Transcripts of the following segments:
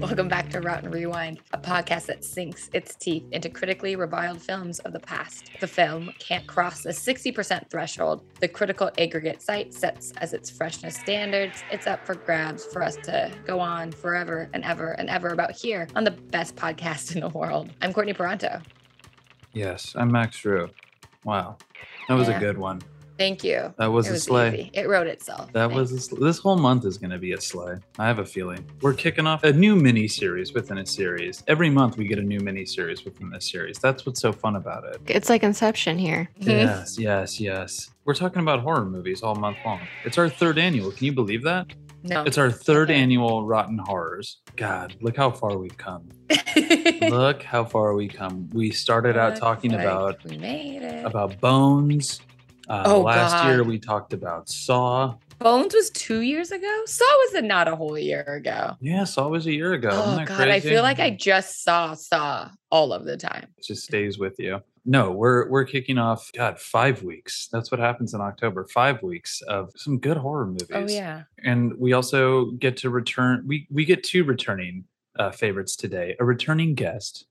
Welcome back to Rotten Rewind, a podcast that sinks its teeth into critically reviled films of the past. The film can't cross the 60% threshold the critical aggregate site sets as its freshness standards. It's up for grabs for us to go on forever and ever and ever about here on the best podcast in the world. I'm Courtney Peranto. Yes, I'm Max Rue. Wow, that was Yeah. a good one. Thank you. That was, it a sleigh. easy. It wrote itself. That Thanks. was a sl- this whole month is going to be a sleigh. I have a feeling we're kicking off a new mini series within a series. Every month we get a new mini series within this series. That's what's so fun about it. It's like Inception here. Mhm. Yes, yes, yes. We're talking about horror movies all month long. It's our third annual. Can you believe that? No. It's our third Okay. annual Rotten Horrors. God, look how far we've come. look how far we come. We started out Looks talking like about we made it. about Bones. Uh, Oh, last year God. we talked about Saw. Bones was two years ago. Saw was not a whole year ago. Yeah, Saw was a year ago. oh Isn't God, that I crazy? feel like I just saw Saw all of the time. It just stays with you. No, we're we're kicking off. God, five weeks. That's what happens in October. Five weeks of some good horror movies. Oh, yeah, and we also get to return. We we get two returning uh, favorites today: a returning guest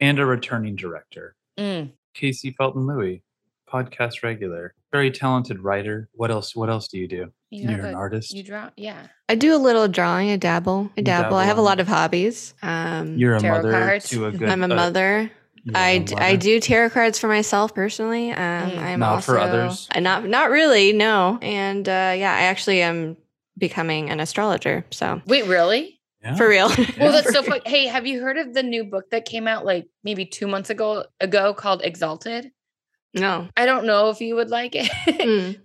and a returning director. Mm. Casey Felton Louis, podcast regular, very talented writer. What else? What else do you do? You You're have an a- artist. You draw, yeah. I do a little drawing, I dabble, I You dabble. I dabble have a on lot it. of hobbies. Um, You're a Mm-hmm. Tarot mother cards. to a good. I'm a uh, mother. you're I, a d- I mother? do tarot cards for myself personally. Um, Mm. I'm Not also, for others? I not not really. No, and uh, yeah, I actually am becoming an astrologer. So Wait, really? Yeah. for real. Well, Oh. Yeah. that's so funny. Hey, have you heard of the new book that came out like maybe two months ago ago called Exalted? no. I don't know if you would like it. Mm.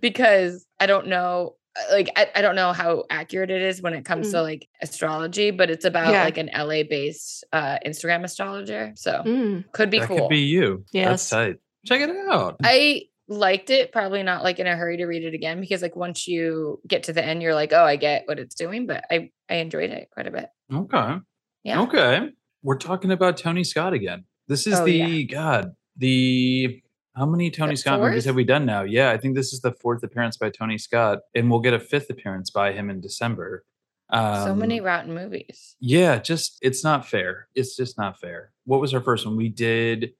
because I don't know uh, like I, I don't know how accurate it is when it comes to like astrology, but it's about Yeah. like an LA based uh Instagram astrologer. So Mm. could be that cool. could be you. Yes. That's tight. Check it out. I liked it, probably not like in a hurry to read it again because like once you get to the end, you're like, oh, I get what it's doing, but I I enjoyed it quite a bit. okay. Yeah. Okay. We're talking about Tony Scott again. This is Oh, the yeah. God. The how many Tony The Scott movies fourth? have we done now? Yeah, I think this is the fourth appearance by Tony Scott, and we'll get a fifth appearance by him in December. Um, so many rotten movies. Yeah, just it's not fair. It's just not fair. What was our first one? We did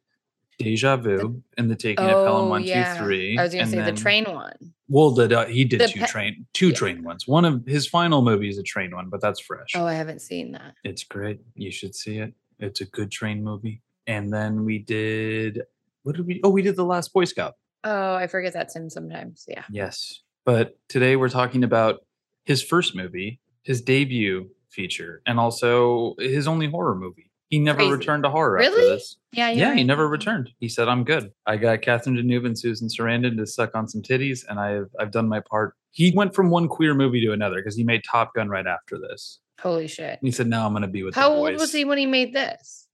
Deja Vu and the Taking of Helen One Two Three. Oh, I was gonna and say then- the train one. Well, the, uh, he did The two pe- train two yeah. train ones. One of his final movie is a train one, but that's fresh. Oh, I haven't seen that. It's great. You should see it. It's a good train movie. And then we did what did we? Oh, we did the Last Boy Scout. Oh, I forget that's him sometimes. Yeah. Yes. But today we're talking about his first movie, his debut feature, and also his only horror movie. He never Crazy. returned to horror after Really? this. Yeah, you're Yeah, he right. never returned. He said, "I'm good. I got Catherine Deneuve and Susan Sarandon to suck on some titties, and I've I've done my part." He went from one queer movie to another because he made Top Gun right after this. Holy shit. And he said, "Now I'm going to be with." the How old boys." was he when he made this?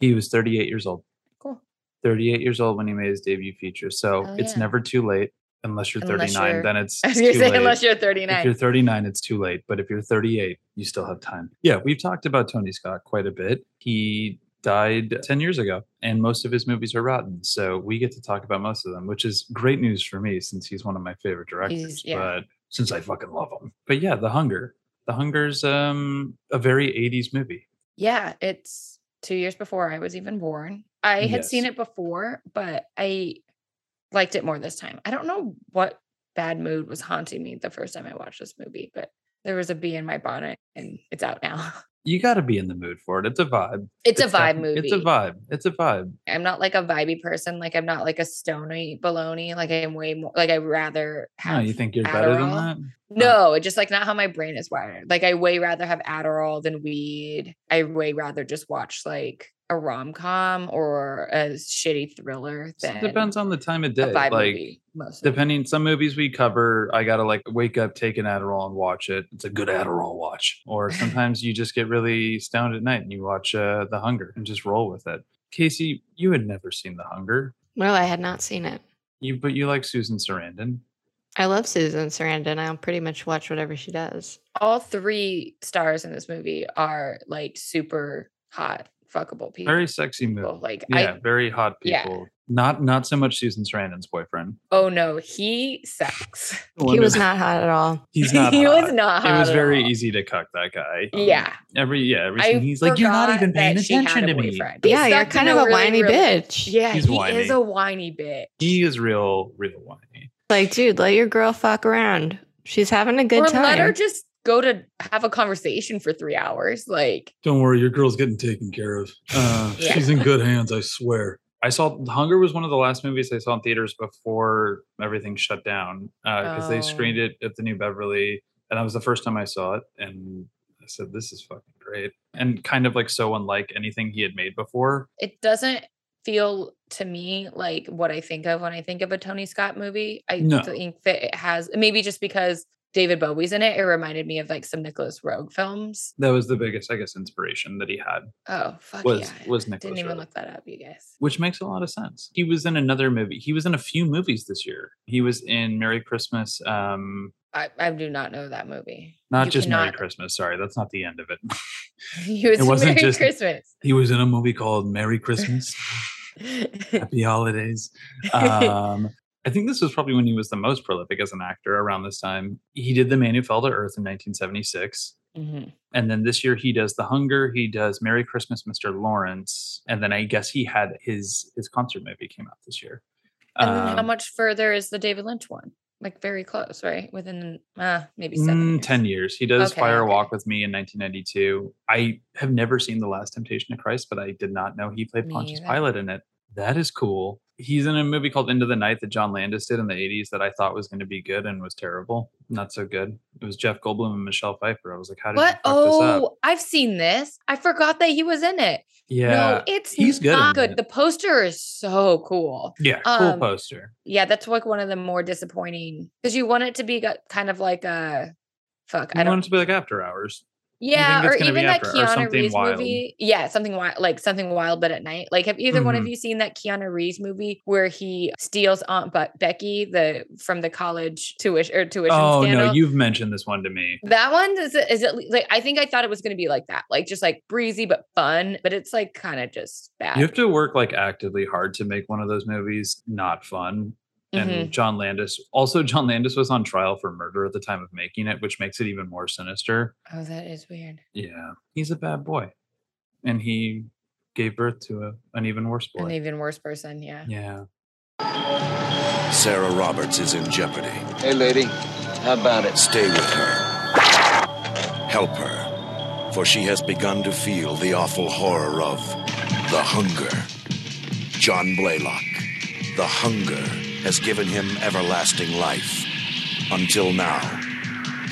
He was 38 years old. Cool. 38 years old when he made his debut feature. So Oh, it's yeah. never too late unless you're Unless 39. you're- then it's I was gonna too say late. unless you're If you're 39. 39, it's too late. But if you're 38, you still have time. Yeah, we've talked about Tony Scott quite a bit. He died 10 years ago, and most of his movies are rotten. So we get to talk about most of them, which is great news for me since he's one of my favorite directors. yeah. But since I fucking love him. But yeah, The Hunger. The Hunger's um, a very 80s movie. Yeah, it's two years before I was even born. I had seen it before, but I liked it more this time. I don't know what bad mood was haunting me the first time I watched this movie, but there was a bee in my bonnet and it's out now. You got to be in the mood for it. It's a vibe. It's, a vibe definite- movie. It's a vibe. It's a vibe. I'm not like a vibey person. Like I'm not like a stony baloney. Like I'm way more like I rather No, have you think you're better than Adderall? that? No, it's just like not how my brain is wired. Like I way rather have Adderall than weed. I way rather just watch like a rom com or a shitty thriller So than It depends on the time of a day. vibe Like movie. Most of the depending some movies we cover, I gotta like wake up, take an Adderall and watch it. It's a good Adderall watch. Or sometimes you just get really stoned at night and you watch uh, The Hunger and just roll with it. Casey, you had never seen The Hunger. No, I had not seen it. You but you like Susan Sarandon. I love Susan Sarandon. I'll pretty much watch whatever she does. all three stars in this movie are like super hot. fuckable people. Very sexy movie. Like Yeah, I very hot yeah. people. Not not so much Susan Sarandon's boyfriend. oh no, he sucks. He was not hot at all. He's not. he hot. was not hot It was at very all. easy to cuck that guy. Um, Yeah. Every yeah, every I scene, he's like, you're not forgot even paying that she had attention a to me. boyfriend. yeah, It you're sucked in kind of a really, whiny really- bitch. Yeah, He's he whiny. is a whiny bitch. He is real, real whiny. Like, dude, let your girl fuck around. She's having a good or time. let her just go to have a conversation for three hours. Like Don't worry, your girl's getting taken care of. Uh, Yeah. She's in good hands, I swear. I saw Hunger was one of the last movies I saw in theaters before everything shut down because they Oh. screened it at the New Beverly, and that was the first time I saw it. And I said, "This is fucking great," and kind of like so unlike anything he had made before. it doesn't feel to me like what I think of when I think of a Tony Scott movie. I No. think that it has maybe just because David Bowie's in it, it reminded me of like some Nicholas Rogue films. That was the biggest, I guess, inspiration that he had Oh fuck was yeah. was Nicholas. Didn't even Roeg. look that up, you guys. which makes a lot of sense. He was in another movie. He was in a few movies this year. He was in Merry Christmas. Um, I, I do not know that movie. not You just Merry cannot- Christmas. Sorry, that's not the end of it. He was It wasn't Merry just- Christmas. he was in a movie called Merry Christmas, Happy Holidays. Um, I think this was probably when he was the most prolific as an actor around this time. He did The Man Who Fell to Earth in 1976. Mhm. And then this year he does The Hunger, he does Merry Christmas, Mr. Lawrence, and then I guess he had his his concert movie came out this year. And then how Um, much further is the David Lynch one? Like very close, right? Within uh maybe Mm, seven. years. 10 years. He does Okay, Fire okay. Walk with Me in 1992. I have never seen The Last Temptation of Christ, but I did not know he played Me Pontius either. Pilate in it. That is cool. He's in a movie called Into the Night that John Landis did in the 80s that I thought was going to be good and was terrible. Not so good. It was Jeff Goldblum and Michelle Pfeiffer. I was like, how did you What? fuck this up? Oh, I've seen this. I forgot that he was in it. Yeah. no, it's he's good not in good. it. The poster is so cool. yeah. Cool um, poster. Yeah, that's like one of the more disappointing because you want it to be got- kind of like a fuck. I I want don't. it to be like After Hours. yeah, think or it's gonna be even that after- or Keanu something Reeves wild. movie. Yeah, something wild, like something wild, but at night. Like, have either one Mm-hmm. of you seen that Keanu Reeves movie where he steals Aunt but- Becky the from the college tuition or tuition Oh, scandal? no. You've mentioned this one to me. That one is it, is it like I think I thought it was going to be like that, like just like breezy but fun, but it's like kind of just bad. You have to work like actively hard to make one of those movies not fun. and Mhm. John Landis. Also, John Landis was on trial for murder at the time of making it, which makes it even more sinister. Oh, that is weird. Yeah, he's a bad boy, and he gave birth to a, an even worse An boy. even worse person, yeah. Yeah, Sarah Roberts is in jeopardy. Hey, lady, how about it? Stay with her. Help her. For she has begun to feel the awful horror of the hunger. John Blaylock. The hunger has given him everlasting life. Until now,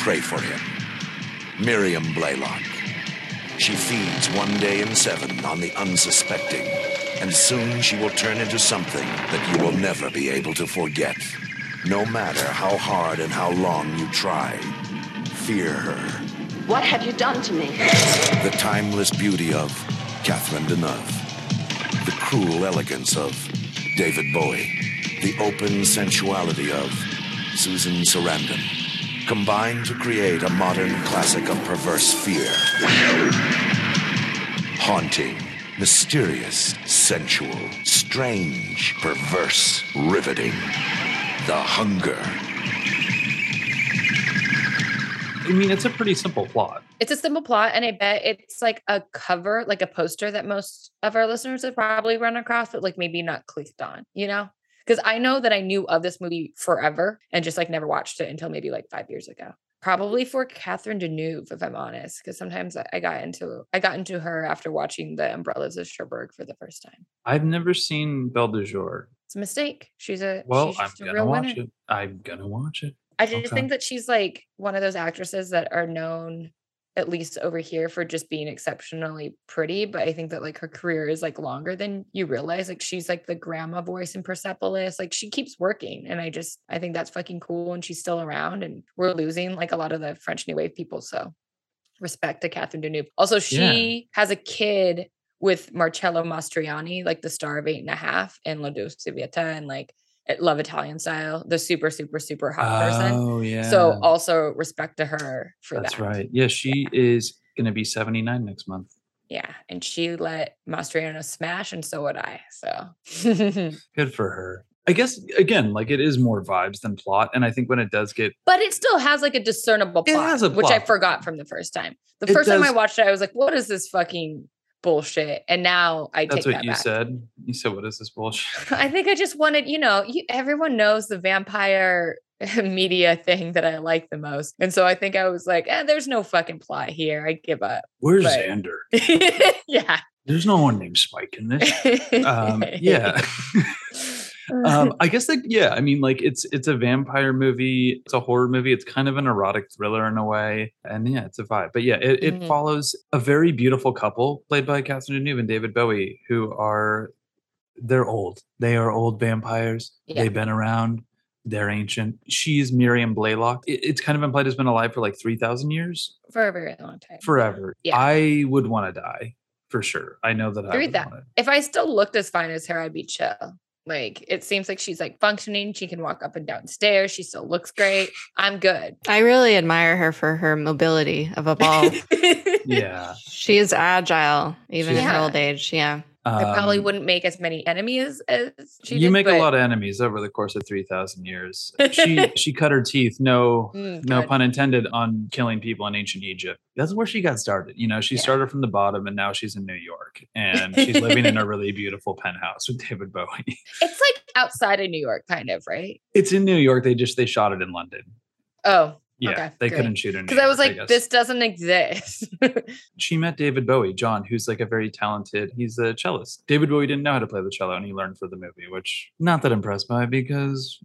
pray for him. Miriam Blaylock. She feeds one day in seven on the unsuspecting, and soon she will turn into something that you will never be able to forget. No matter how hard and how long you try, fear her. What have you done to me? The timeless beauty of Catherine Deneuve. The cruel elegance of David Bowie. The open sensuality of Susan Sarandon. Combined to create a modern classic of perverse fear. Haunting, mysterious, sensual, strange, perverse, riveting. The Hunger. I mean it's a pretty simple plot. It's a simple plot, and I bet it's like a cover, like a poster that most of our listeners have probably run across, but like maybe not clicked on, you know? Because I know that I knew of this movie forever and just like never watched it until maybe like five years ago. Probably for Catherine Deneuve, if I'm honest, because sometimes I I got into I got into her after watching The Umbrellas of Cherbourg for the first time. I've never seen Belle du Jour. It's a mistake. She's a Well, she's I'm just a gonna real watch winner. it. I'm gonna watch it. I just Okay. think that she's like one of those actresses that are known, at least over here, for just being exceptionally pretty. But I think that like her career is like longer than you realize. Like she's like the grandma voice in Persepolis. Like she keeps working. And I just, I think that's fucking cool. And she's still around. And we're losing like a lot of the French New Wave people. So respect to Catherine Deneuve. Also, Yeah. she has a kid with Marcello Mastroianni, like the star of Eight and a Half and La Dolce Vita and like I Love Italian Style, the super, super, super hot person. Oh yeah. So also respect to her for that's that. right. Yeah, she is gonna be 79 next month. Yeah. And she let Mastriano smash, and so would I. So, Good for her. I guess again, like it is more vibes than plot, and I think when it does get but it still has like a discernible It plot, has a which I plot. forgot from the first time. The It first time I does- watched it, I was like, what is this fucking bullshit? And now I that's take what that you back. said. You said, "What is this bullshit?" I think I just wanted, you know, you, everyone knows the vampire media thing that I like the most. And so I think I was like, eh, there's no fucking plot here. I give up. Where's Right. Xander? yeah. There's no one named Spike in this. Um, yeah. um, I guess like yeah, I mean like it's it's a vampire movie, it's a horror movie, it's kind of an erotic thriller in a way, and yeah, it's a vibe. But yeah, it, it Mhm. follows a very beautiful couple played by Catherine Deneuve and David Bowie, who are they're old. They are old vampires. Yeah. They've been around. They're ancient. She's Miriam Blaylock. It- it's kind of implied has been alive for like three thousand years, For a very long time. forever. Yeah. I would want to die for sure. I know that I Agree would with that. wanna- if I still looked as fine as her, I'd be chill. Like it seems like she's like functioning. She can walk up and down stairs. She still looks great. I'm good. I really admire her for her mobility of a ball. Yeah, she is agile, even in her Yeah. old age. Yeah. I probably Um, wouldn't make as many enemies as she you did, make a but- lot of enemies over the course of 3000 years she she cut her teeth no Mm, no God. pun intended on killing people in ancient egypt that's where she got started you know she Yeah. started from the bottom and now she's in new york and she's living in a really beautiful penthouse with david bowie It's like outside of New York, kind of, right? it's in new york they just they shot it in london Oh, yeah Okay, they great. couldn't shoot in New because I was York, like, guess. this doesn't exist. she met david bowie john who's like a very talented he's a cellist david bowie didn't know how to play the cello and he learned for the movie which not that impressed by because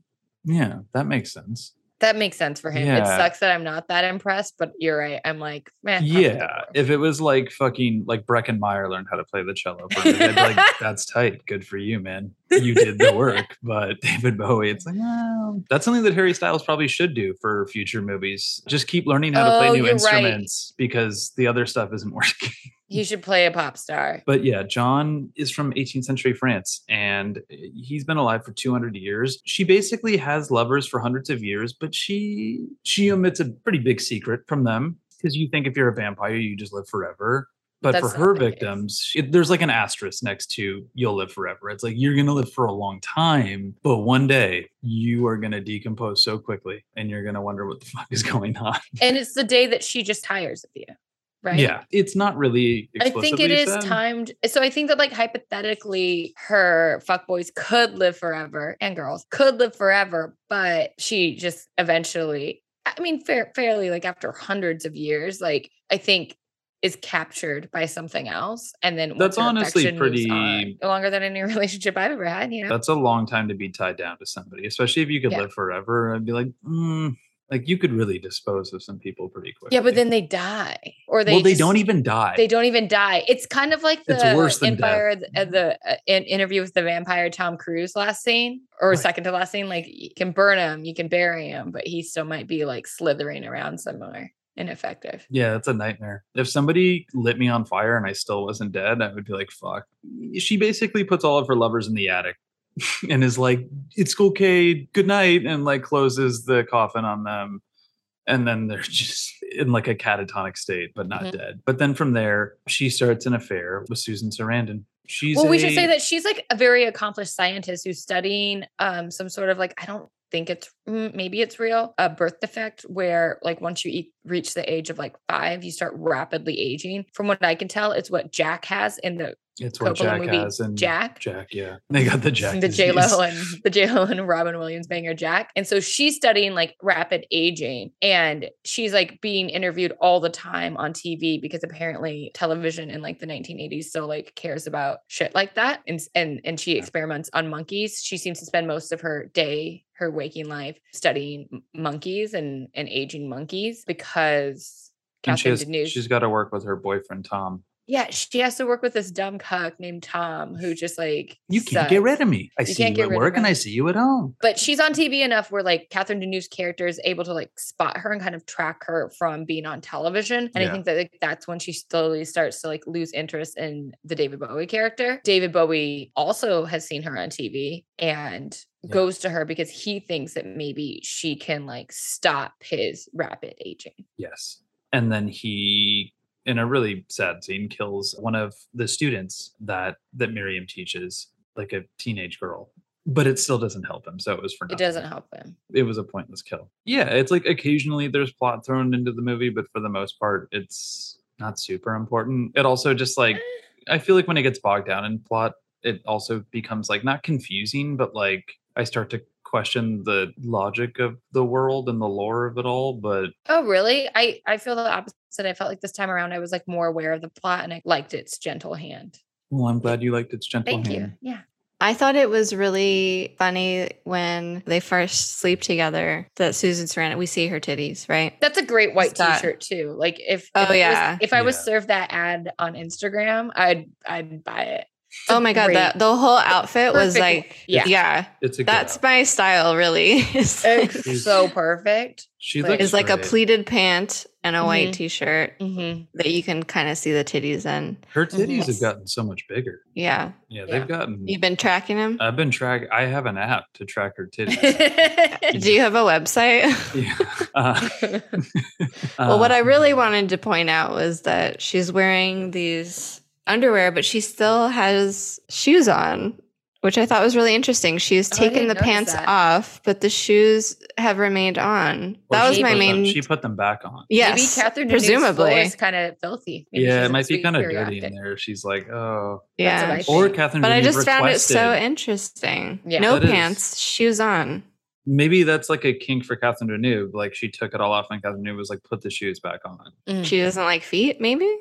yeah that makes sense that makes sense for him. It Yeah. sucks that I'm not that impressed, but you're right. I'm like, man. Yeah, if it was like fucking like Breckenmeyer learned how to play the cello, for a minute, like that's tight. Good for you, man. You did the work. But David Bowie, it's like well, that's something that Harry Styles probably should do for future movies. Just keep learning how to Oh, play new you're right. instruments because the other stuff isn't working. He should play a pop star. But yeah, John is from 18th century France and eh, he's been alive for 200 years. She basically has lovers for hundreds of years, but she she omits a pretty big secret from them because you think if you're a vampire, you just live forever. But That's for not her the case. victims, it, there's like an asterisk next to you'll live forever. It's like you're going to live for a long time, but one day you are going to decompose so quickly and you're going to wonder what the fuck is going on. And it's the day that she just hires of you, right? Yeah. It's not really I think it explicitly is said. timed. So I think that, like, hypothetically, her fuckboys could live forever and girls could live forever, but she just eventually, I mean, fair, fairly, like, after hundreds of years, like, I think is captured by something else. And then once That's her honestly affection moves pretty- on, longer than any relationship I've ever had, you know? That's a long time to be tied down to somebody, especially if you could Yeah. live forever. I'd be like, mm, like you could really dispose of some people pretty quickly. yeah, but then they die or they well, they just- don't even die. They don't even die. It's kind of like the It's worse than death. Empire, uh, the uh, in, interview with the vampire Tom Cruise last scene or Right. second to last scene. Like you can burn him, you can bury him, but he still might be like slithering around somewhere, ineffective. yeah, that's a nightmare. If somebody lit me on fire and I still wasn't dead, I would be like, fuck. She basically puts all of her lovers in the attic and is like, it's okay, good night, and like closes the coffin on them. And then they're just in like a catatonic state, but not Mhm. dead. But then from there, she starts an affair with Susan Sarandon. She's well, we should a- say that she's like a very accomplished scientist who's studying um some sort of like I don't think it's mm, maybe it's real a birth defect where like once you eat, reach the age of like five you start rapidly aging. From what I can tell, it's what Jack has in the It's what Coppola Jack movie, has and Jack. Jack, yeah. They got the Jack. the J Lo disease. and the J Lo and Robin Williams banger Jack. And so she's studying like rapid aging, and she's like being interviewed all the time on TV because apparently television in like the 1980s still like cares about shit like that. And s- and and she experiments on monkeys. She seems to spend most of her day, her waking life, studying m- monkeys and and aging monkeys because. And she Catherine has, Deneuve. she's got to work with her boyfriend Tom. Yeah, she has to work with this dumb cuck named Tom, who just like You can't get sucks. rid of me. I You see can't you get at rid of work and me. I see you at home. but she's on TV enough where like Catherine Deneuve's character is able to like spot her and kind of track her from being on television. And Yeah. I think that like, that's when she slowly starts to like lose interest in the David Bowie character. David Bowie also has seen her on TV and Yeah. goes to her because he thinks that maybe she can like stop his rapid aging. Yes. And then he in a really sad scene kills one of the students that that Miriam teaches, like a teenage girl. But it still doesn't help him, so it was for It nothing. doesn't help him. It was a pointless kill. Yeah, it's like occasionally there's plot thrown into the movie, but for the most part, it's not super important. It also just like Eh. I feel like when it gets bogged down in plot, it also becomes like not confusing, but like I start to question the logic of the world and the lore of it all. But Oh, really? I I feel the opposite. I felt like this time around I was like more aware of the plot and I liked its gentle hand. well, I'm glad you liked its gentle Thank hand. you. Yeah. I thought it was really funny when they first sleep together that Susan Sarandon, we see her titties, right? That's a great white that? t-shirt too. Like if Oh, if it was- yeah. if I was Yeah. served that ad on Instagram, I'd I'd buy it. It's a Oh my god, great- that the whole outfit was perfect- like yeah. yeah. It's a good That's outfit. my style really. It's like, It's so perfect. she like- looks is like a great. pleated pant and a white Mhm. t-shirt hmm that you can kind of see the titties in. Her titties have Yes. gotten so much bigger. Yeah. Yeah, Yeah. they've gotten. You've been tracking them? I've been track. I have an app to track her titties. yeah. Do you have a website? yeah. Uh, well, what uh, I Um, really wanted to point out was that she's wearing these underwear, but she still has shoes on, which I thought was really interesting. She's Oh, I taken didn't the notice pants that. off, but the shoes have remained on. well, that she was my put them- main. she put them back on. Maybe yes, Catherine presumably. presumably is kind of filthy. Maybe yeah, she's it a might be sweet kind of dirty periodic. in there. She's like, oh. That's what yeah. I Or think. Catherine, But I Deneuve just found it so requested- interesting. Yeah. No That is- pants, shoes on. Maybe that's like a kink for Catherine Deneuve. Like she took it all off, and Catherine Deneuve was like, "Put the shoes back on." Mm. She doesn't like feet, maybe,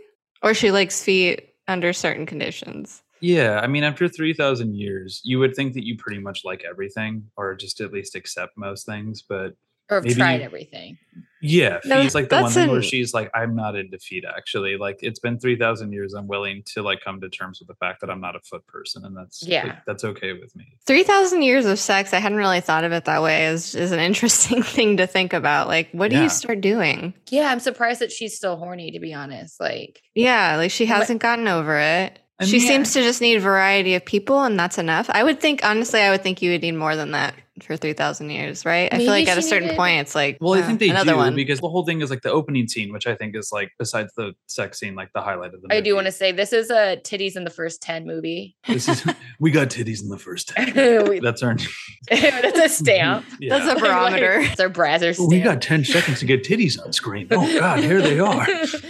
or she likes feet under certain conditions. Yeah, I mean, after three thousand years, you would think that you pretty much like everything, or just at least accept most things. But or have maybe- tried everything. yeah, No, feet's like the one that's thing where an- she's like, "I'm not into feet." Actually, like it's been three thousand years. I'm willing to like come to terms with the fact that I'm not a foot person, and that's like, Yeah. that's okay with me. Three thousand years of sex. I hadn't really thought of it that way. Is is an interesting thing to think about. Like, what do Yeah. you start doing? Yeah, I'm surprised that she's still horny. To be honest, like Yeah, like she What- hasn't gotten over it. I she mean- seems to just need variety of people, and that's enough. I would think, honestly, I would think you would need more than that for three thousand years, right? I feel Maybe like at a she certain needed- point, it's like, Well, I uh, think they another do one. because the whole thing is like the opening scene, which I think is like besides the sex scene, like the highlight of the movie. I do want to say this is a titties in the first ten movie. This is we got titties in the first time. We- That's our That's a stamp. Yeah. That's a Like, like, barometer. it's our browser stamp. Oh, we got ten seconds to get titties on screen. Oh God, here they are.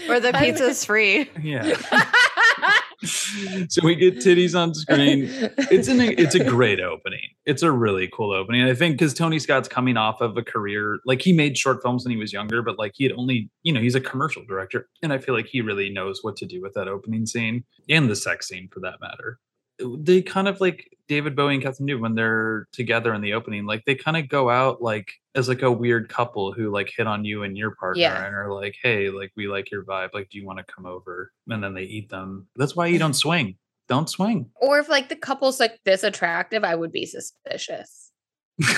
or the I'm- pizza's free. Yeah. So we get titties on screen. It's an it's a great opening. It's a really cool opening. I think because Tony Scott's coming off of a career like he made short films when he was younger, but like he had only you know he's a commercial director, and I feel like he really knows what to do with that opening scene and the sex scene for that matter. They kind of like David Bowie and Catherine Newman when they're together in the opening, like they kind of go out like as like a weird couple who like hit on you and your partner Yeah. and are like, hey, like we like your vibe, like do you want to come over? And then they eat them. That's why you don't swing. Don't swing. or if like the couple's like this attractive, I would be suspicious. You're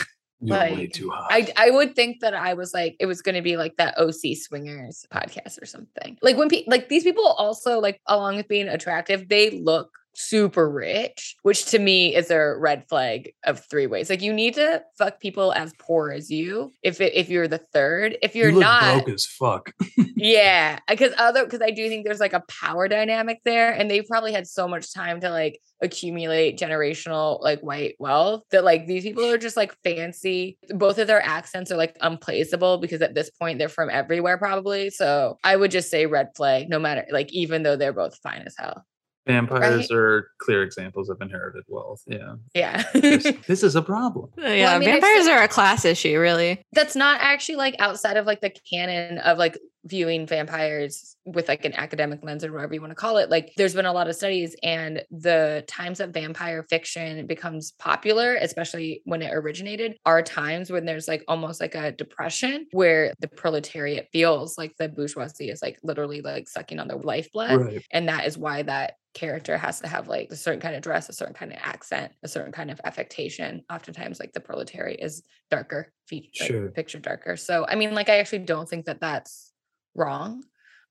way Like, too hot. I I would think that I was like it was going to be like that OC swingers podcast or something. Like when people like these people also like along with being attractive, they look super rich, which to me is a red flag of three ways. Like you need to fuck people as poor as you. If it, if you're the third, if You you're look not, broke as fuck. yeah because other because i do think there's like a power dynamic there and they probably had so much time to like accumulate generational like white wealth that like these people are just like fancy both of their accents are like unplaceable because at this point they're from everywhere probably so i would just say red flag no matter like even though they're both fine as hell Vampires are clear examples of inherited wealth. Yeah. yeah This, this is a problem. Yeah, mean, I've vampires seen- are a class issue, really. that's not actually like outside of like the canon of like viewing vampires with like an academic lens or whatever you want to call it like there's been a lot of studies and the times that vampire fiction becomes popular especially when it originated are times when there's like almost like a depression where the proletariat feels like the bourgeoisie is like literally like sucking on their lifeblood Right. and that is why that character has to have like a certain kind of dress a certain kind of accent a certain kind of affectation oftentimes like the proletariat is darker feature Sure. picture darker so i mean like i actually don't think that that's wrong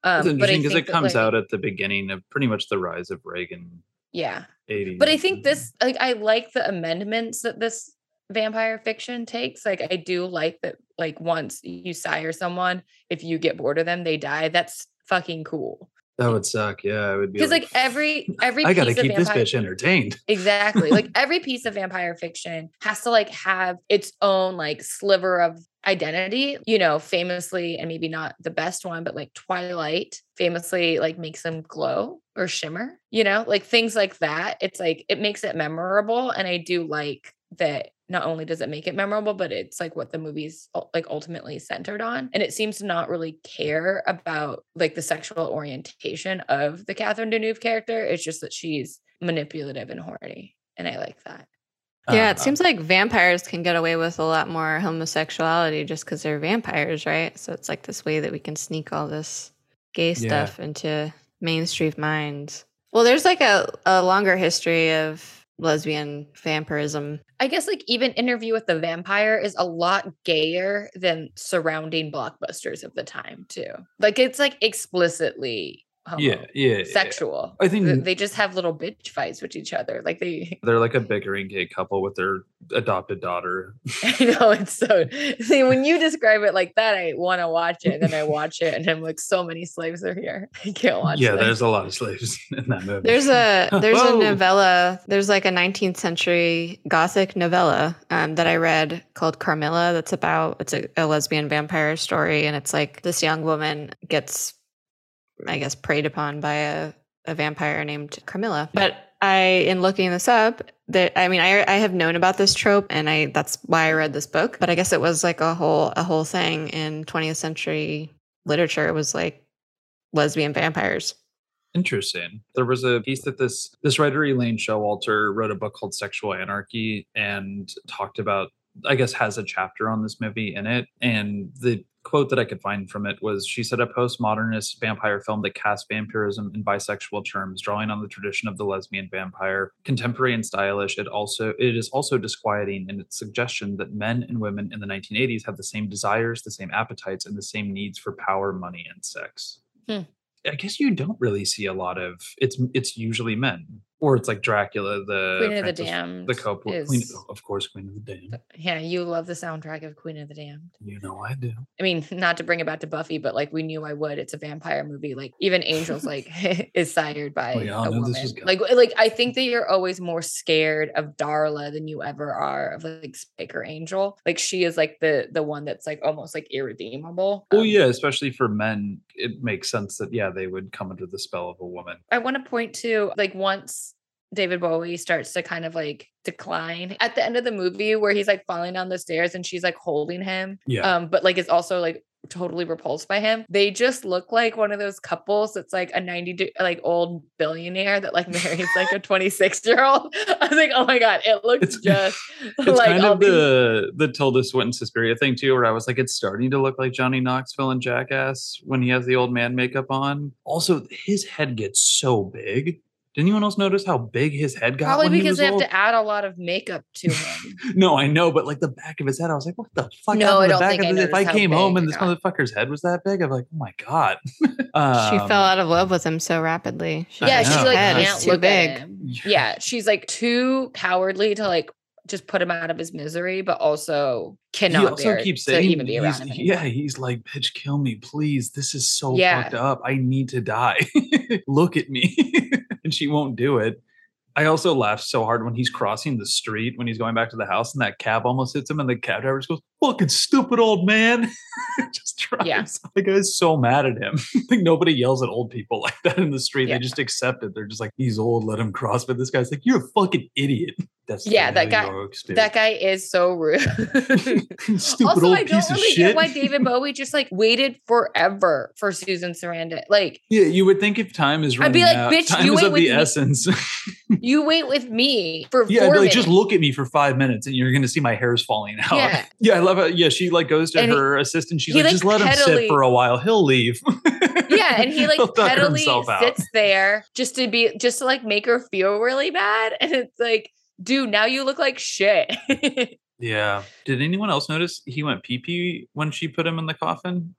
um It's but I interesting because think it that, comes like, out at the beginning of pretty much the rise of Reagan yeah 80s. but i think this like i like the amendments that this vampire fiction takes like i do like that like once you sire someone if you get bored of them they die that's fucking cool That would suck. Yeah, it would be. Because like every every I gotta piece of keep this vampire- bitch entertained. Exactly. like every piece of vampire fiction has to like have its own like sliver of identity, you know, famously and maybe not the best one, but like Twilight famously like makes them glow or shimmer, you know, like things like that. It's like it makes it memorable and I do like that not only does it make it memorable but it's like what the movie's ul- like ultimately centered on and it seems to not really care about like the sexual orientation of the Catherine Deneuve character it's just that she's manipulative and horny and I like that Yeah, Uh, it seems like vampires can get away with a lot more homosexuality just because they're vampires, right? So it's like this way that we can sneak all this gay Yeah. stuff into mainstream minds. Well, there's like a, a longer history of lesbian vampirism. I guess like even Interview with the Vampire is a lot gayer than surrounding blockbusters of the time too. Like it's like explicitly homo- Yeah, yeah. yeah. sexual. I think- Th- they just have little bitch fights with each other. Like they, They're like a bickering gay couple with their adopted daughter. I know it's so. See, when you describe it like that, I want to watch it, and then I watch it, and I'm like, so many slaves are here. I can't watch. yeah, this. there's a lot of slaves in that movie. There's a there's Whoa. a novella. There's like a 19th century gothic novella um, that I read called Carmilla. That's about it's a, a lesbian vampire story, and it's like this young woman gets, I guess, preyed upon by a a vampire named Carmilla. But I, in looking this up, that I mean, I I have known about this trope, and I that's why I read this book. But I guess it was like a whole a whole thing in 20th century literature. It was like lesbian vampires. Interesting. There was a piece that this this writer Elaine Showalter wrote a book called Sexual Anarchy and talked about I guess has a chapter on this movie in it and the quote that I could find from it was she said a postmodernist vampire film that cast vampirism in bisexual terms drawing on the tradition of the lesbian vampire contemporary and stylish it also it is also disquieting in its suggestion that men and women in the 1980s have the same desires the same appetites and the same needs for power money and sex Hmm. I guess you don't really see a lot of it's it's usually men or it's like Dracula the Queen of the Francis- Damned. the Coppola is- Queen oh. of course Queen of the Damned Yeah, you love the soundtrack of Queen of the Damned. you know I do I mean, not to bring it back to Buffy, but like we knew I would. It's a vampire movie. Like even Angel's like is sired by We all a knew woman. Oh, this was like like I think that you're always more scared of Darla than you ever are of like Spike or Angel. Like she is like the the one that's like almost like irredeemable. well Um, yeah especially for men it makes sense that yeah they would come under the spell of a woman I want to point to like once David Bowie starts to kind of like decline at the end of the movie where he's like falling down the stairs and she's like holding him. Yeah. Um, but like is also like totally repulsed by him. They just look like one of those couples that's like a 90 de- like old billionaire that like marries like a 26 year old. I was like, oh my God, it looks It's- just it's like kind all of these- the the Tilda Swinton Suspiria thing too where I was like it's starting to look like Johnny Knoxville and Jackass when he has the old man makeup on also his head gets so big did anyone else notice how big his head got probably when he because was they have old? to add a lot of makeup to him. No, I know, but like the back of his head, I was like, "What the fuck?" No, happened I to the don't back think of I this- If I noticed how came home big and it this got. motherfucker's head was that big, I'm like, "Oh my god!" she Um, fell out of love with him so rapidly. She yeah, I she know. like Head is can't look at him. yeah, she's like too cowardly to like just put him out of his misery, but also He cannot also bear keeps to saying, even be he's- around him. anymore. "Yeah, he's like, bitch, kill me, please. This is so Yeah. fucked up. I need to die. look at me," and she won't do it. I also laughed so hard when he's crossing the street when he's going back to the house, and that cab almost hits him, and the cab driver just goes, "Fucking stupid old man!" just drives. Yeah. The guy's so mad at him. like nobody yells at old people like that in the street. Yeah. They just accept it. They're just like, "He's old. Let him cross." But this guy's like, "You're a fucking idiot." That's the Yeah, that New guy- York spirit. That guy is so rude. stupid also, old I don't piece of really shit. get why David Bowie just like waited forever for Susan Sarandon. Like, Yeah, you would think if time is I'd running be like, out, "Bitch, time you is ain't of the with me." essence. you wait with me for yeah, I'd four be like, minutes. just look at me for five minutes, and you're gonna see my hair's falling out. Yeah. yeah, I love how. Yeah, she like goes to And he- her assistant. She's he, like, like, just let him sit pettily- for a while. He'll leave. yeah, and he like He'll tucker pettily himself out. sits there just to be just to like make her feel really bad, and it's like, dude, now you look like shit. Yeah. Did anyone else notice he went pee pee when she put him in the coffin?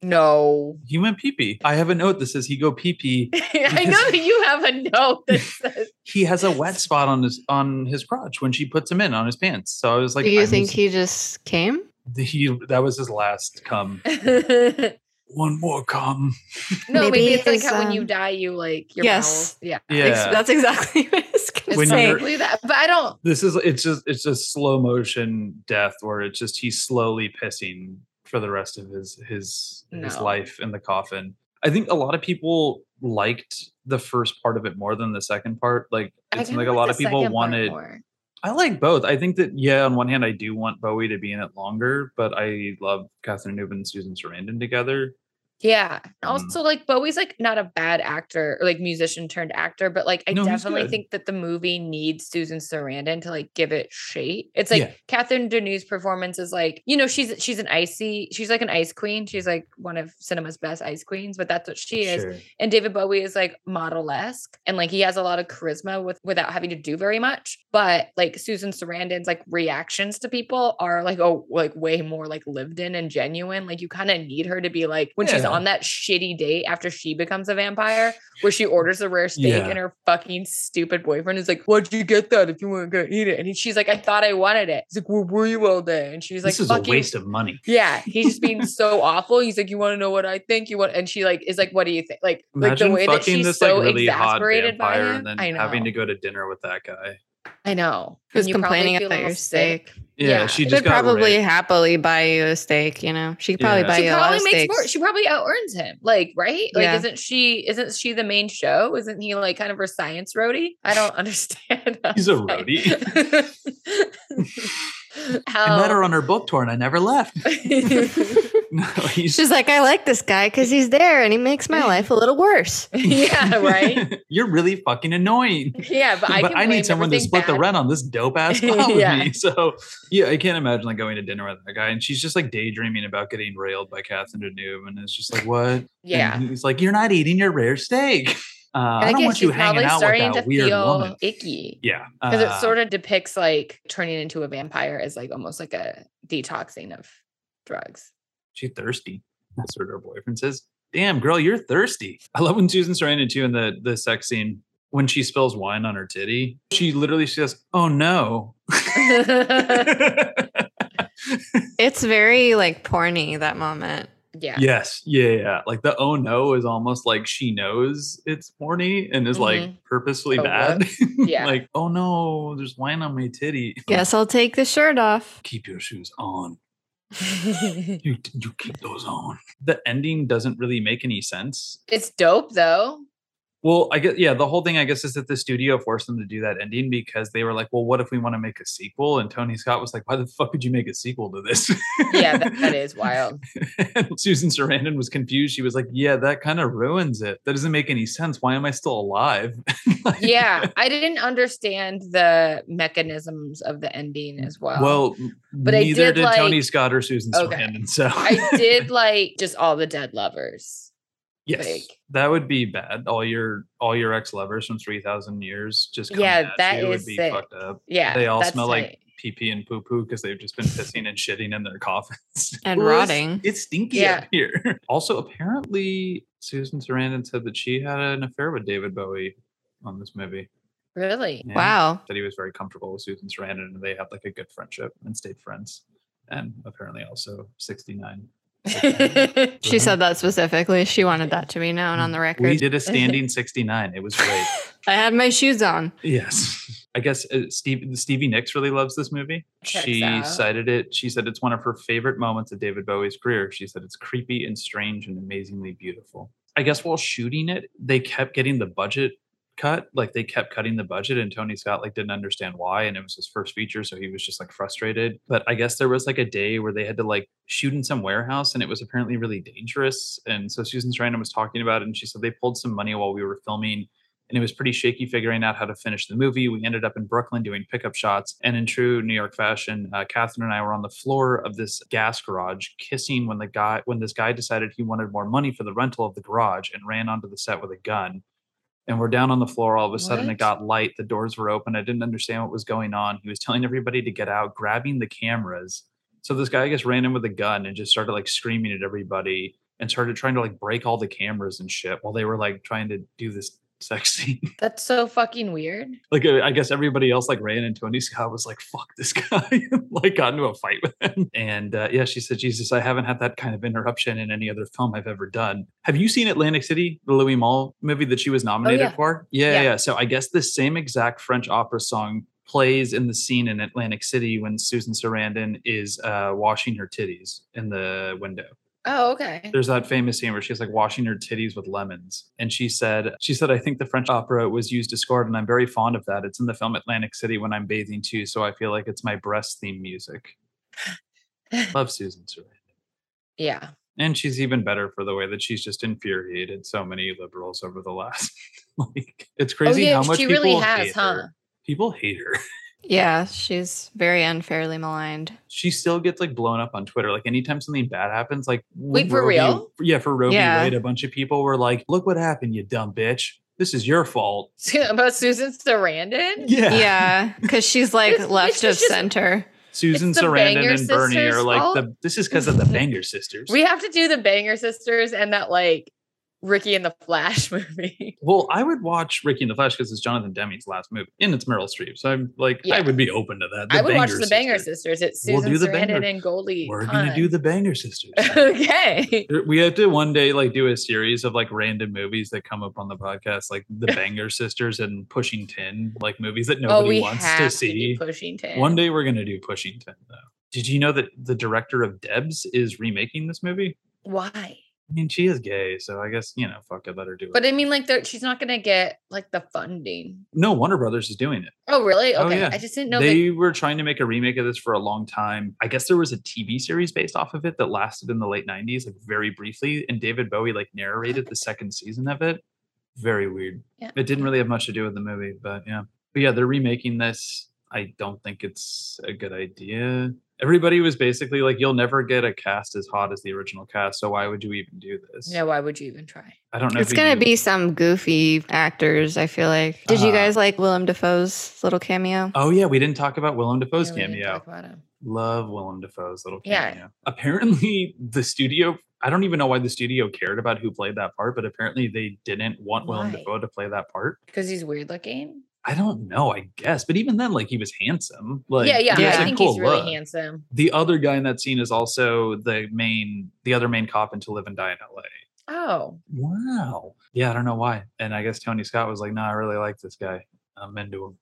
no, He went pee pee. I have a note that says he go pee pee. I know that you have a note that says He has a wet spot on his on his crotch when she puts him in on his pants. So I was like, Do you I'm think just- he just came? he that was his last come? one more come. No, maybe, Maybe it's like it's, how when you um, die, you like your yes. bowels. Yeah. Ex- Yeah. That's exactly what I was It's going When to say. you're- basically that. But I don't. This is it's just it's just slow motion death where it's just he's slowly pissing for the rest of his his his No. life in the coffin. I think a lot of people liked the first part of it more than the second part. Like I it's kinda like a like lot the of people second part wanted more. I like both. I think that yeah, on one hand, I do want Bowie to be in it longer, but I love Catherine Newman and Susan Sarandon together. Yeah. Mm. Also, like Bowie's like not a bad actor or like musician turned actor, but like I No, he's definitely good. think that the movie needs Susan Sarandon to like give it shape. It's like Yeah. Catherine Deneuve's performance is like, you know, she's she's an icy, she's like an ice queen. She's like one of cinema's best ice queens, but that's what she is. Sure. And David Bowie is like model esque and like he has a lot of charisma with without having to do very much. But like Susan Sarandon's like reactions to people are like oh like way more like lived in and genuine. Like you kind of need her to be like when she's Yeah. on that shitty date after she becomes a vampire where she orders a rare steak Yeah. and her fucking stupid boyfriend is like, Why'd you get that if you weren't gonna eat it? And he, she's like, I thought I wanted it. He's like, Where were you all day? And she's like, this is a "Fuck you." waste of money. Yeah, he's just being so awful. He's like, "You want to know what I think? You want?" And she like is like, "What do you think?" Like, like Imagine the way that fucking she's this so like really hot exasperated by vampire him. and then I know. having to go to dinner with that guy. I know. Who's And you probably complaining feel a about little your steak? Yeah, Yeah. she She just would got probably raped. happily buy you a steak, you know? She could probably Yeah. buy She you a lot probably of makes steaks. more. She probably out earns him. Like, right? Like, Yeah. isn't she? Isn't she the main show? Isn't he like kind of her science roadie? I don't understand. I He's a was like- I met How? her on her book tour and I never left. no, he's, She's like, I like this guy because he's there and he makes my life a little worse. yeah. Right. You're really fucking annoying. Yeah, but I but can I blame need someone to everything split the bad- rent on this dope ass pile with Yeah. me. So yeah, I can't imagine like going to dinner with that guy, and she's just like daydreaming about getting railed by Catherine Deneuve, and it's just like what? Yeah. and he's like, you're not eating your rare steak. Uh, I, don't guess want you she's probably hanging out with starting that to weird feel woman. Icky. Yeah, Because uh, it sort of depicts like turning into a vampire as like almost like a detoxing of drugs. she thirsty. That's what her boyfriend says. Damn, girl, you're thirsty. I love when Susan Sarandon too in the the sex scene when she spills wine on her titty. She literally she goes, "Oh no." It's very like porny, that moment. yeah. Yes. Yeah, yeah, yeah. Like the oh no is almost like she knows it's horny and is Mhm. like purposely Oh, bad. Yeah. like, oh no, there's wine on my titty. Guess I'll take the shirt off. Keep your shoes on. You, you keep those on. The ending doesn't really make any sense. it's dope though. Well, I guess, yeah, the whole thing, I guess, is that the studio forced them to do that ending because they were like, well, what if we want to make a sequel? And Tony Scott was like, why the fuck would you make a sequel to this? Yeah, that, that is wild. And Susan Sarandon was confused. She was like, "Yeah, that kind of ruins it. That doesn't make any sense. Why am I still alive?" Like, Yeah. I didn't understand the mechanisms of the ending as well. Well, But I neither did did, Tony like- Scott or Susan Okay. Sarandon. So I did like just all the dead lovers. yes, like- that would be bad. All your all your ex lovers from three thousand years just coming Yeah, at that you is would be sick. fucked up. Yeah. they all that's smell like tight. pee pee and poo poo because they've just been pissing and shitting in their coffins And Well, it's- rotting. It's, stinky Yeah. up here. Also, apparently, Susan Sarandon said that she had an affair with David Bowie on this movie. really. Yeah. Wow. That he was very comfortable with Susan Sarandon and they had like a good friendship and stayed friends. And apparently also 69. She said that specifically. She wanted that to be known on the We record. did a standing 69. It was great. I had my shoes on. yes. I guess uh, Steve, Stevie Nicks really loves this movie. Checks she out. cited it. She said it's one of her favorite moments of David Bowie's career. She said it's creepy and strange and amazingly beautiful. I guess while shooting it, they kept getting the budget cut. Like they kept cutting the budget, and Tony Scott like didn't understand why, and it was his first feature, so he was just like frustrated. But I guess there was like a day where they had to like shoot in some warehouse, and it was apparently really dangerous. And so Susan Sarandon was talking about it, and she said they pulled some money while we were filming and it was pretty shaky figuring out how to finish the movie. We ended up in Brooklyn doing pickup shots, and in true New York fashion, uh, Catherine and I were on the floor of this gas garage kissing when the guy when this guy decided he wanted more money for the rental of the garage and ran onto the set with a gun. And we're down on the floor. All of a sudden, it What? got light. The doors were open. I didn't understand what was going on. He was telling everybody to get out, grabbing the cameras. So this guy, I guess, ran in with a gun and just started like screaming at everybody and started trying to like break all the cameras and shit while they were like trying to do this sex scene. That's so fucking weird. like uh, I guess everybody else like ran and Tony Scott was like, "Fuck this guy!" and, like got into a fight with him. And uh, yeah, she said, "Jesus, I haven't had that kind of interruption in any other film I've ever done." Have you seen Atlantic City, the Louis Malle movie that she was nominated yeah. for? Yeah, Yeah. yeah, yeah. So I guess the same exact French opera song plays in the scene in Atlantic City when Susan Sarandon is uh, washing her titties in the window Oh, okay. there's that famous scene where she's like washing her titties with lemons and she said she said i think the french opera was used to score it and i'm very fond of that it's in the film atlantic city when i'm bathing too so i feel like it's my breast theme music love susan sarandon Yeah. Oh, and she's even better for the way that she's just infuriated so many liberals over the last like it's crazy oh, yeah, how much she really people has, hate huh? her. people hate her Yeah, she's very unfairly maligned. she still gets like blown up on Twitter. Like anytime something bad happens, like Wait, w- for Roe v- real? yeah, for Roe v. Yeah. Wade, a bunch of people were like, "Look what happened, you dumb bitch. This is your fault." About Susan Sarandon? Yeah, Yeah, because she's like This bitch left of is just- center. Susan It's the Banger Sarandon and Bernie sisters' are like the. fault? This is because of the Banger sisters. We have to do the Banger Sisters and that like Ricky and the Flash movie. well, I would watch Ricky and the Flash because it's Jonathan Demi's last movie, and it's Meryl Streep. So I'm like, I Yeah. would be open to that. I would watch the Sisters. Banger Sisters. It's We'll Susan do the Sarandon Banger- and Goldie. We're gonna do the Banger sisters. Hawn. okay. There- We have to one day like do a series of like random movies that come up on the podcast, like the Banger Sisters and Pushing Tin, like movies that oh, nobody we wants have to to, see. do Pushing Tin. one day we're gonna do Pushing Tin though. Did you know that the director of Debs is remaking this movie? Why? I mean, she is gay, so I guess you know, fuck it, let her do it. But I mean, like, they're- she's not gonna get like the funding. no, Warner Brothers is doing it. Oh, really? Oh, Okay, yeah. I just didn't know. they that, were trying to make a remake of this for a long time. I guess there was a TV series based off of it that lasted in the late 90s, like very briefly. And David Bowie like narrated the second season of it. Very weird. Yeah. It didn't really have much to do with the movie, but yeah. But yeah, they're remaking this. I don't think it's a good idea. Everybody was basically like, you'll never get a cast as hot as the original cast. So why would you even do this? no, why would you even try? I don't know. It's you gonna knew- be some goofy actors. I feel like. Did you Uh-huh. guys like Willem Dafoe's little cameo? Oh, yeah. We didn't talk about Willem Dafoe's Yeah, we didn't cameo. talk about him. Love Willem Dafoe's little Yeah. cameo. Apparently, the studio, I don't even know why the studio cared about who played that part, but apparently they didn't want Willem Why? Dafoe to play that part. because he's weird looking. I don't know, I guess. But even then, like he was handsome. Like yeah, yeah, he was it's I a think cool he's really look. handsome. The other guy in that scene is also the main, the other main cop in To Live and Die in LA. Oh, Wow. Yeah, I don't know why. And I guess Tony Scott was like, no, I really like this guy. I'm into him.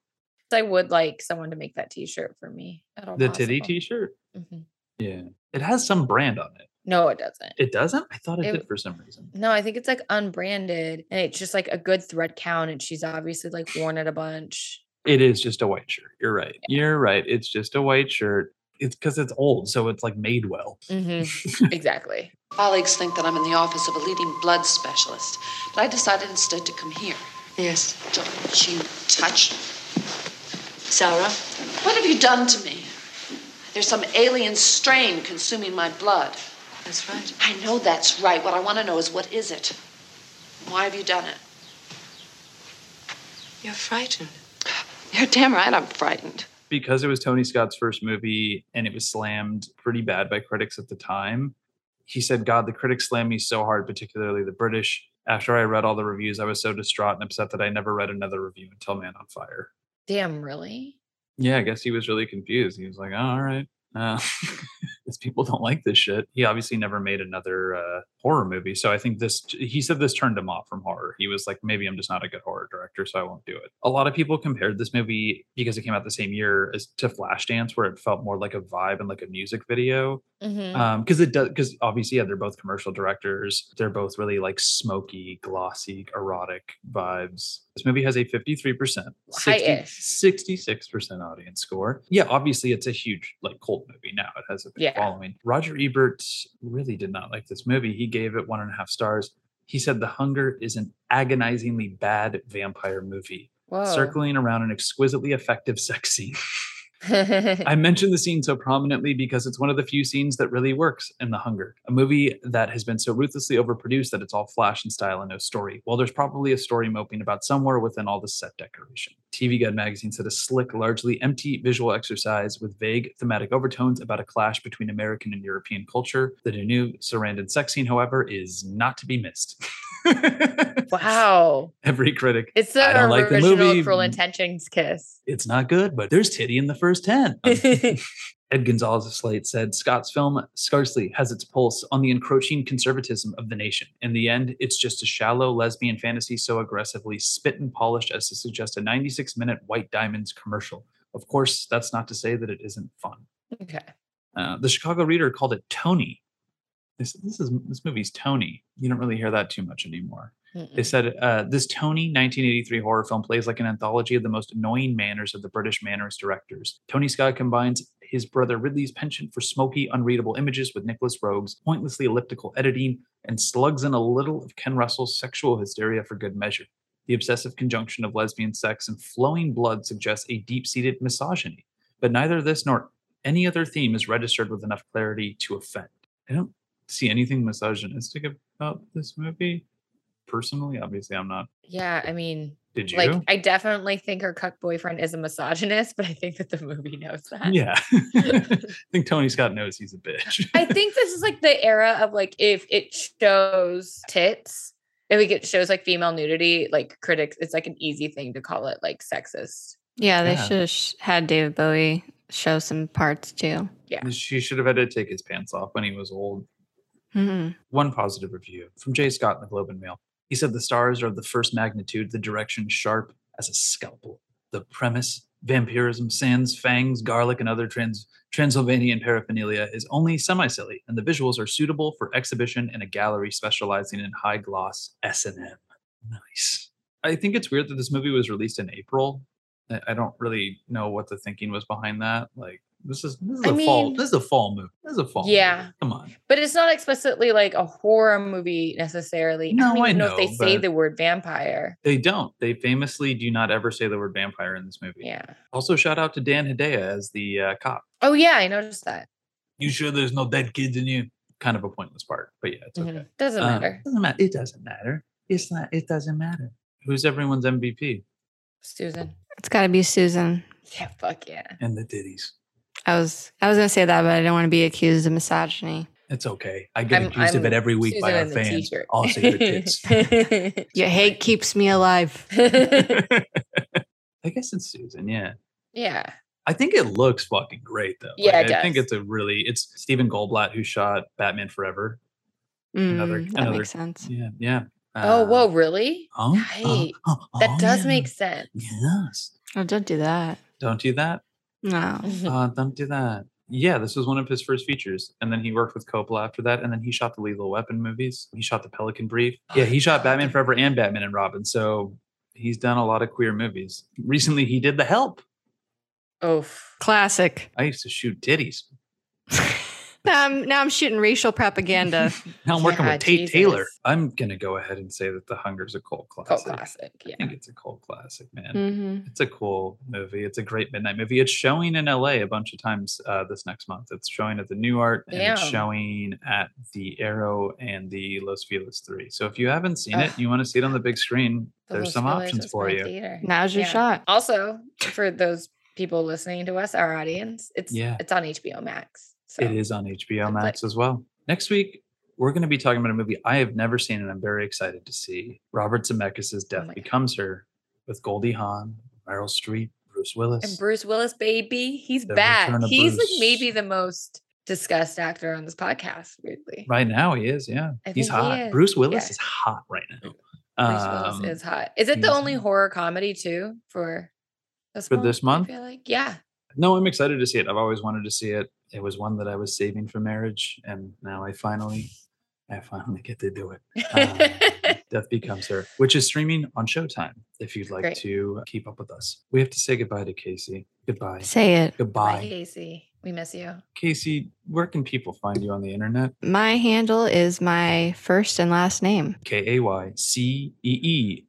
I would like someone to make that T-shirt for me. At all The titty possible. t shirt? Mhm. Yeah. It has some brand on it. No, it doesn't. It doesn't? I thought it, It- did for some reason. No, I think it's like unbranded, and it's just like a good thread count, and she's obviously like worn it a bunch. It is just a white shirt. You're right. You're right. It's just a white shirt. It's because it's old, so it's like made well. Mhm, exactly. Colleagues think that I'm in the office of a leading blood specialist, but I decided instead to come here. Yes. Don't you touch. Sarah? What have you done to me? There's some alien strain consuming my blood. That's right. I know that's right. What I want to know is what is it? Why have you done it? You're frightened. You're damn right I'm frightened. Because it was Tony Scott's first movie and it was slammed pretty bad by critics at the time, he said, God, the critics slammed me so hard, particularly the British. After I read all the reviews, I was so distraught and upset that I never read another review until Man on Fire. Damn, really? Yeah, I guess he was really confused. He was like, oh, all right. Uh, these people don't like this shit. He obviously never made another uh, horror movie. So I think this, he said this turned him off from horror. He was like, maybe I'm just not a good horror director, so I won't do it. A lot of people compared this movie because it came out the same year as to Flashdance, where it felt more like a vibe and like a music video Mhm. um because it does because obviously yeah they're both commercial directors they're both really like smoky glossy erotic vibes this movie has a 53% 60, High-ish. 66% audience score yeah obviously it's a huge like cult movie now it has a big Yeah. following roger ebert really did not like this movie he gave it one and a half stars he said the hunger is an agonizingly bad vampire movie Whoa. circling around an exquisitely effective sex scene I mentioned the scene so prominently because it's one of the few scenes that really works in The Hunger, a movie that has been so ruthlessly overproduced that it's all flash and style and no story. Well, there's probably a story moping about somewhere within all the set decoration. TV Guide magazine said a slick, largely empty visual exercise with vague thematic overtones about a clash between American and European culture. The new Sarandon sex scene, however, is not to be missed. Wow. Every critic It's the I don't like the original movie. Cruel Intentions kiss. it's not good, but there's titty in the first 10. Ed Gonzalez of Slate said Scott's film scarcely has its pulse on the encroaching conservatism of the nation. In the end, it's just a shallow lesbian fantasy so aggressively spit and polished as to suggest a 96 minute White Diamonds commercial. Of course, that's not to say that it isn't fun. okay. Uh, the Chicago Reader called it Tony. This, this is this movie's Tony. You don't really hear that too much anymore. They Mm-mm. said uh, this Tony 1983 horror film plays like an anthology of the most annoying manners of the British mannerist directors. Tony Scott combines his brother Ridley's penchant for smoky, unreadable images with Nicholas Rogue's pointlessly elliptical editing and slugs in a little of Ken Russell's sexual hysteria for good measure. The obsessive conjunction of lesbian sex and flowing blood suggests a deep seated misogyny, but neither this nor any other theme is registered with enough clarity to offend. I don't see anything misogynistic about this movie personally. Obviously, I'm not. Yeah, I mean, Did you? like, I definitely think her cuck boyfriend is a misogynist, but I think that the movie knows that. yeah. I think Tony Scott knows he's a bitch. I think this is like the era of like if it shows tits, if like, it shows like female nudity, like critics, it's like an easy thing to call it like sexist. Yeah, they Yeah. should have sh- had David Bowie show some parts too. she should have had to take his pants off when he was old. hmm One positive review from Jay Scott in the Globe and Mail. He said the stars are of the first magnitude, the direction sharp as a scalpel. The premise, vampirism, sands, fangs, garlic, and other trans- Transylvanian paraphernalia is only semi silly, and the visuals are suitable for exhibition in a gallery specializing in high gloss S and M. Nice. I think it's weird that this movie was released in April. I I don't really know what the thinking was behind that. Like this is this is I a fall mean- this is a fall movie. This is a fall. movie. Yeah. Come on. But it's not explicitly like a horror movie necessarily. I don't No, I even know, if they know, say but- the word vampire. They don't. They famously do not ever say the word vampire in this movie. Yeah. Also, shout out to Dan Hedaya as the uh, cop. Oh yeah, I noticed that. You sure there's no dead kids in you? Kind of a pointless part, but yeah, it's Mhm. okay. Doesn't Um, matter. doesn't matter. It doesn't matter. It's not. It doesn't matter. Who's everyone's MVP? Susan. It's got to be Susan. Yeah, fuck yeah. And the ditties. I was I was gonna say that, but I didn't want to be accused of misogyny. It's okay. I get I'm- accused of I'm it every week by our Susan in the fans. t-shirt. All secret tits. Your hate keeps me alive. I guess it's Susan. Yeah. yeah. I think it looks fucking great though. Yeah, Like, it I think does. it's a really. It's Stephen Goldblatt who shot Batman Forever. Another- Mm, that another- makes sense. Yeah, yeah. oh, Uh, whoa, really? Oh, oh, Right. oh, that oh, does yeah. make sense. Yes. Oh, don't do that. Don't do that. No. Uh, don't do that. Yeah, this was one of his first features, and then he worked with Coppola after that, and then he shot the Lethal Weapon movies. He shot the Pelican Brief. Oh, Yeah, he shot Batman Forever and Batman and Robin. So he's done a lot of queer movies. Recently, he did The Help. Oof. Classic. I used to shoot titties. now, I'm, now I'm shooting racial propaganda. Now I'm working Yeah, with Tate Taylor. Jesus. I'm gonna go ahead and say that The Hunger's a cult Cult classic. classic. Yeah. I think it's a cult classic, man. hmm It's a cool movie. It's a great midnight movie. It's showing in LA a bunch of times uh, this next month. It's showing at the New Art and it's Damn. showing at the Arrow and the Los Feliz 3. So if you haven't seen it, Ugh. you want to see it on the big screen, The there's Los some Feliz options was for my you. theater. Now's your Yeah. shot. Also, for those people listening to us, our audience, it's Yeah. it's on HBO Max. So It is on HBO It's like- Max as well. Next week, we're going to be talking about a movie I have never seen and I'm very excited to see. Robert Zemeckis' Death Oh my God. Becomes Her with Goldie Hawn, Meryl Streep, Bruce Willis. And Bruce Willis, baby, he's The back. return of He's like Bruce. maybe the most discussed actor on this podcast. Weirdly, Right now, he is. Yeah, I think he he's hot. is. Bruce Willis Yeah. is hot right now. Bruce Um, Willis is hot. Is it the he's- only horror comedy too for this For month, this month? I feel like yeah. No, I'm excited to see it. I've always wanted to see it. It was one that I was saving for marriage, and now I finally, I finally get to do it. Um, Death Becomes Her, which is streaming on Showtime. If you'd like Great. to keep up with us, we have to say goodbye to Casey. Goodbye. Say it. Bye, Goodbye, Casey. We miss you. Casey. Where can people find you on the internet? My handle is my first and last name. K A Y C E E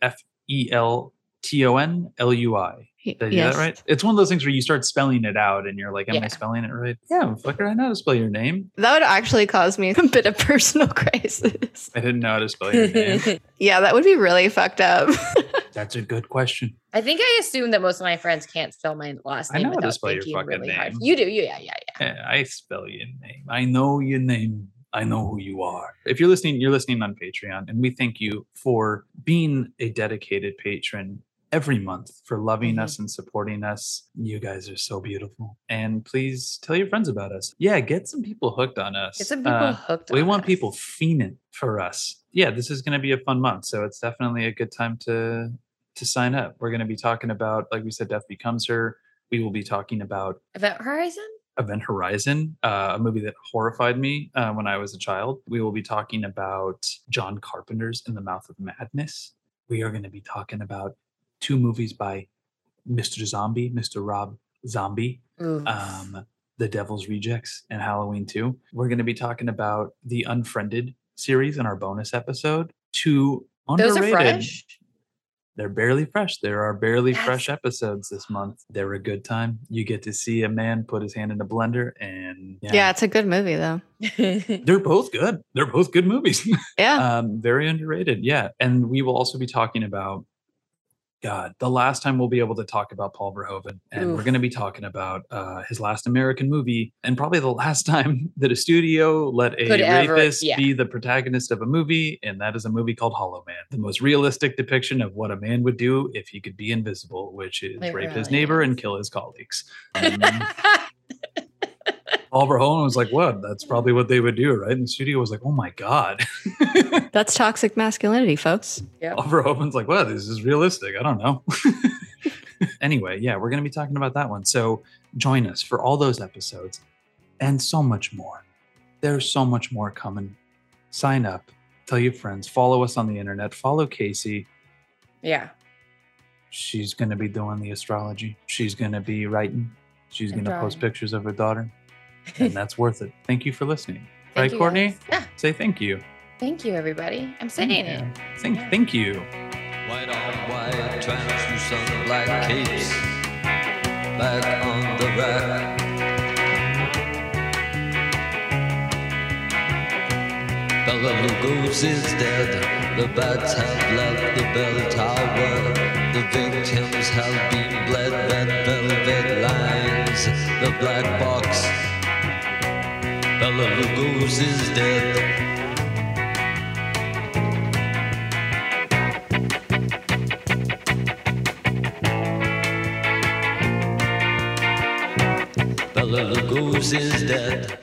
F E L T O N L U I. Y- Did I do that right? It's one of those things where you start spelling it out and you're like, am I Yeah. spelling it right? Yeah, fucker, I know how to spell your name. That would actually cause me a bit of personal crisis. I didn't know how to spell your name. Yeah, that would be really fucked up. That's a good question. I think I assume that most of my friends can't spell my last I name know how to without spell your thinking fucking really hard. name. You do, you, yeah, yeah, yeah. Eh, I spell your name. I know your name. I know who you are. If you're listening, you're listening on Patreon, and we thank you for being a dedicated patron every month for loving Mm-hmm. us and supporting us. You guys are so beautiful. And please tell your friends about us. Yeah, get some people hooked on us. Get some people Uh, hooked. we on want us. people fiending for us. Yeah, this is going to be a fun month, so it's definitely a good time to to sign up. We're going to be talking about, like we said, Death Becomes Her. We will be talking about Event Horizon. Event Horizon, uh, a movie that horrified me uh, when I was a child. We will be talking about John Carpenter's In the Mouth of Madness. We are going to be talking about two movies by Mr. Zombie, Mr. Rob Zombie, Ooh. um, The Devil's Rejects, and Halloween 2. We're going to be talking about the Unfriended series in our bonus episode. Two Those are underrated. fresh. They're barely fresh. There are barely Yes. fresh episodes this month. They're a good time. You get to see a man put his hand in a blender and Yeah. it's a good movie though. They're both good. They're both good movies. Yeah. Oh. um, very underrated. Yeah. And we will also be talking about God, the last time we'll be able to talk about Paul Verhoeven. And we're Oof. going to be talking about uh, his last American movie and probably the last time that a studio let a Could ever- rapist yeah. be the protagonist of a movie. And that is a movie called Hollow Man, the most realistic depiction of what a man would do if he could be invisible, which is It rape his really neighbor and is. kill his colleagues. Um, Paul Verhoeven was like, what? That's probably what they would do, right? And the studio was like, oh my God. Uh, That's toxic masculinity, folks. Oliver Hopeman's like, well, this is realistic. I don't know. anyway, yeah, we're going to be talking about that one. So join us for all those episodes and so much more. There's so much more coming. Sign up, tell your friends, follow us on the internet, follow Casey. yeah. She's going to be doing the astrology, she's going to be writing, she's And going to post drawing. pictures of her daughter, and that's worth it. Thank you for listening. Thank right, you, Courtney? guys. Yeah. Say thank you. Thank you, everybody. I'm saying it. Thank, Yeah. thank you. White on white, translucent black capes. Back on the rack. Bella Lugos is dead. The bats have left the bell tower. The victims have been bled. Red velvet lines. The black box. Bella Lugos is dead. Bella Lugos is dead.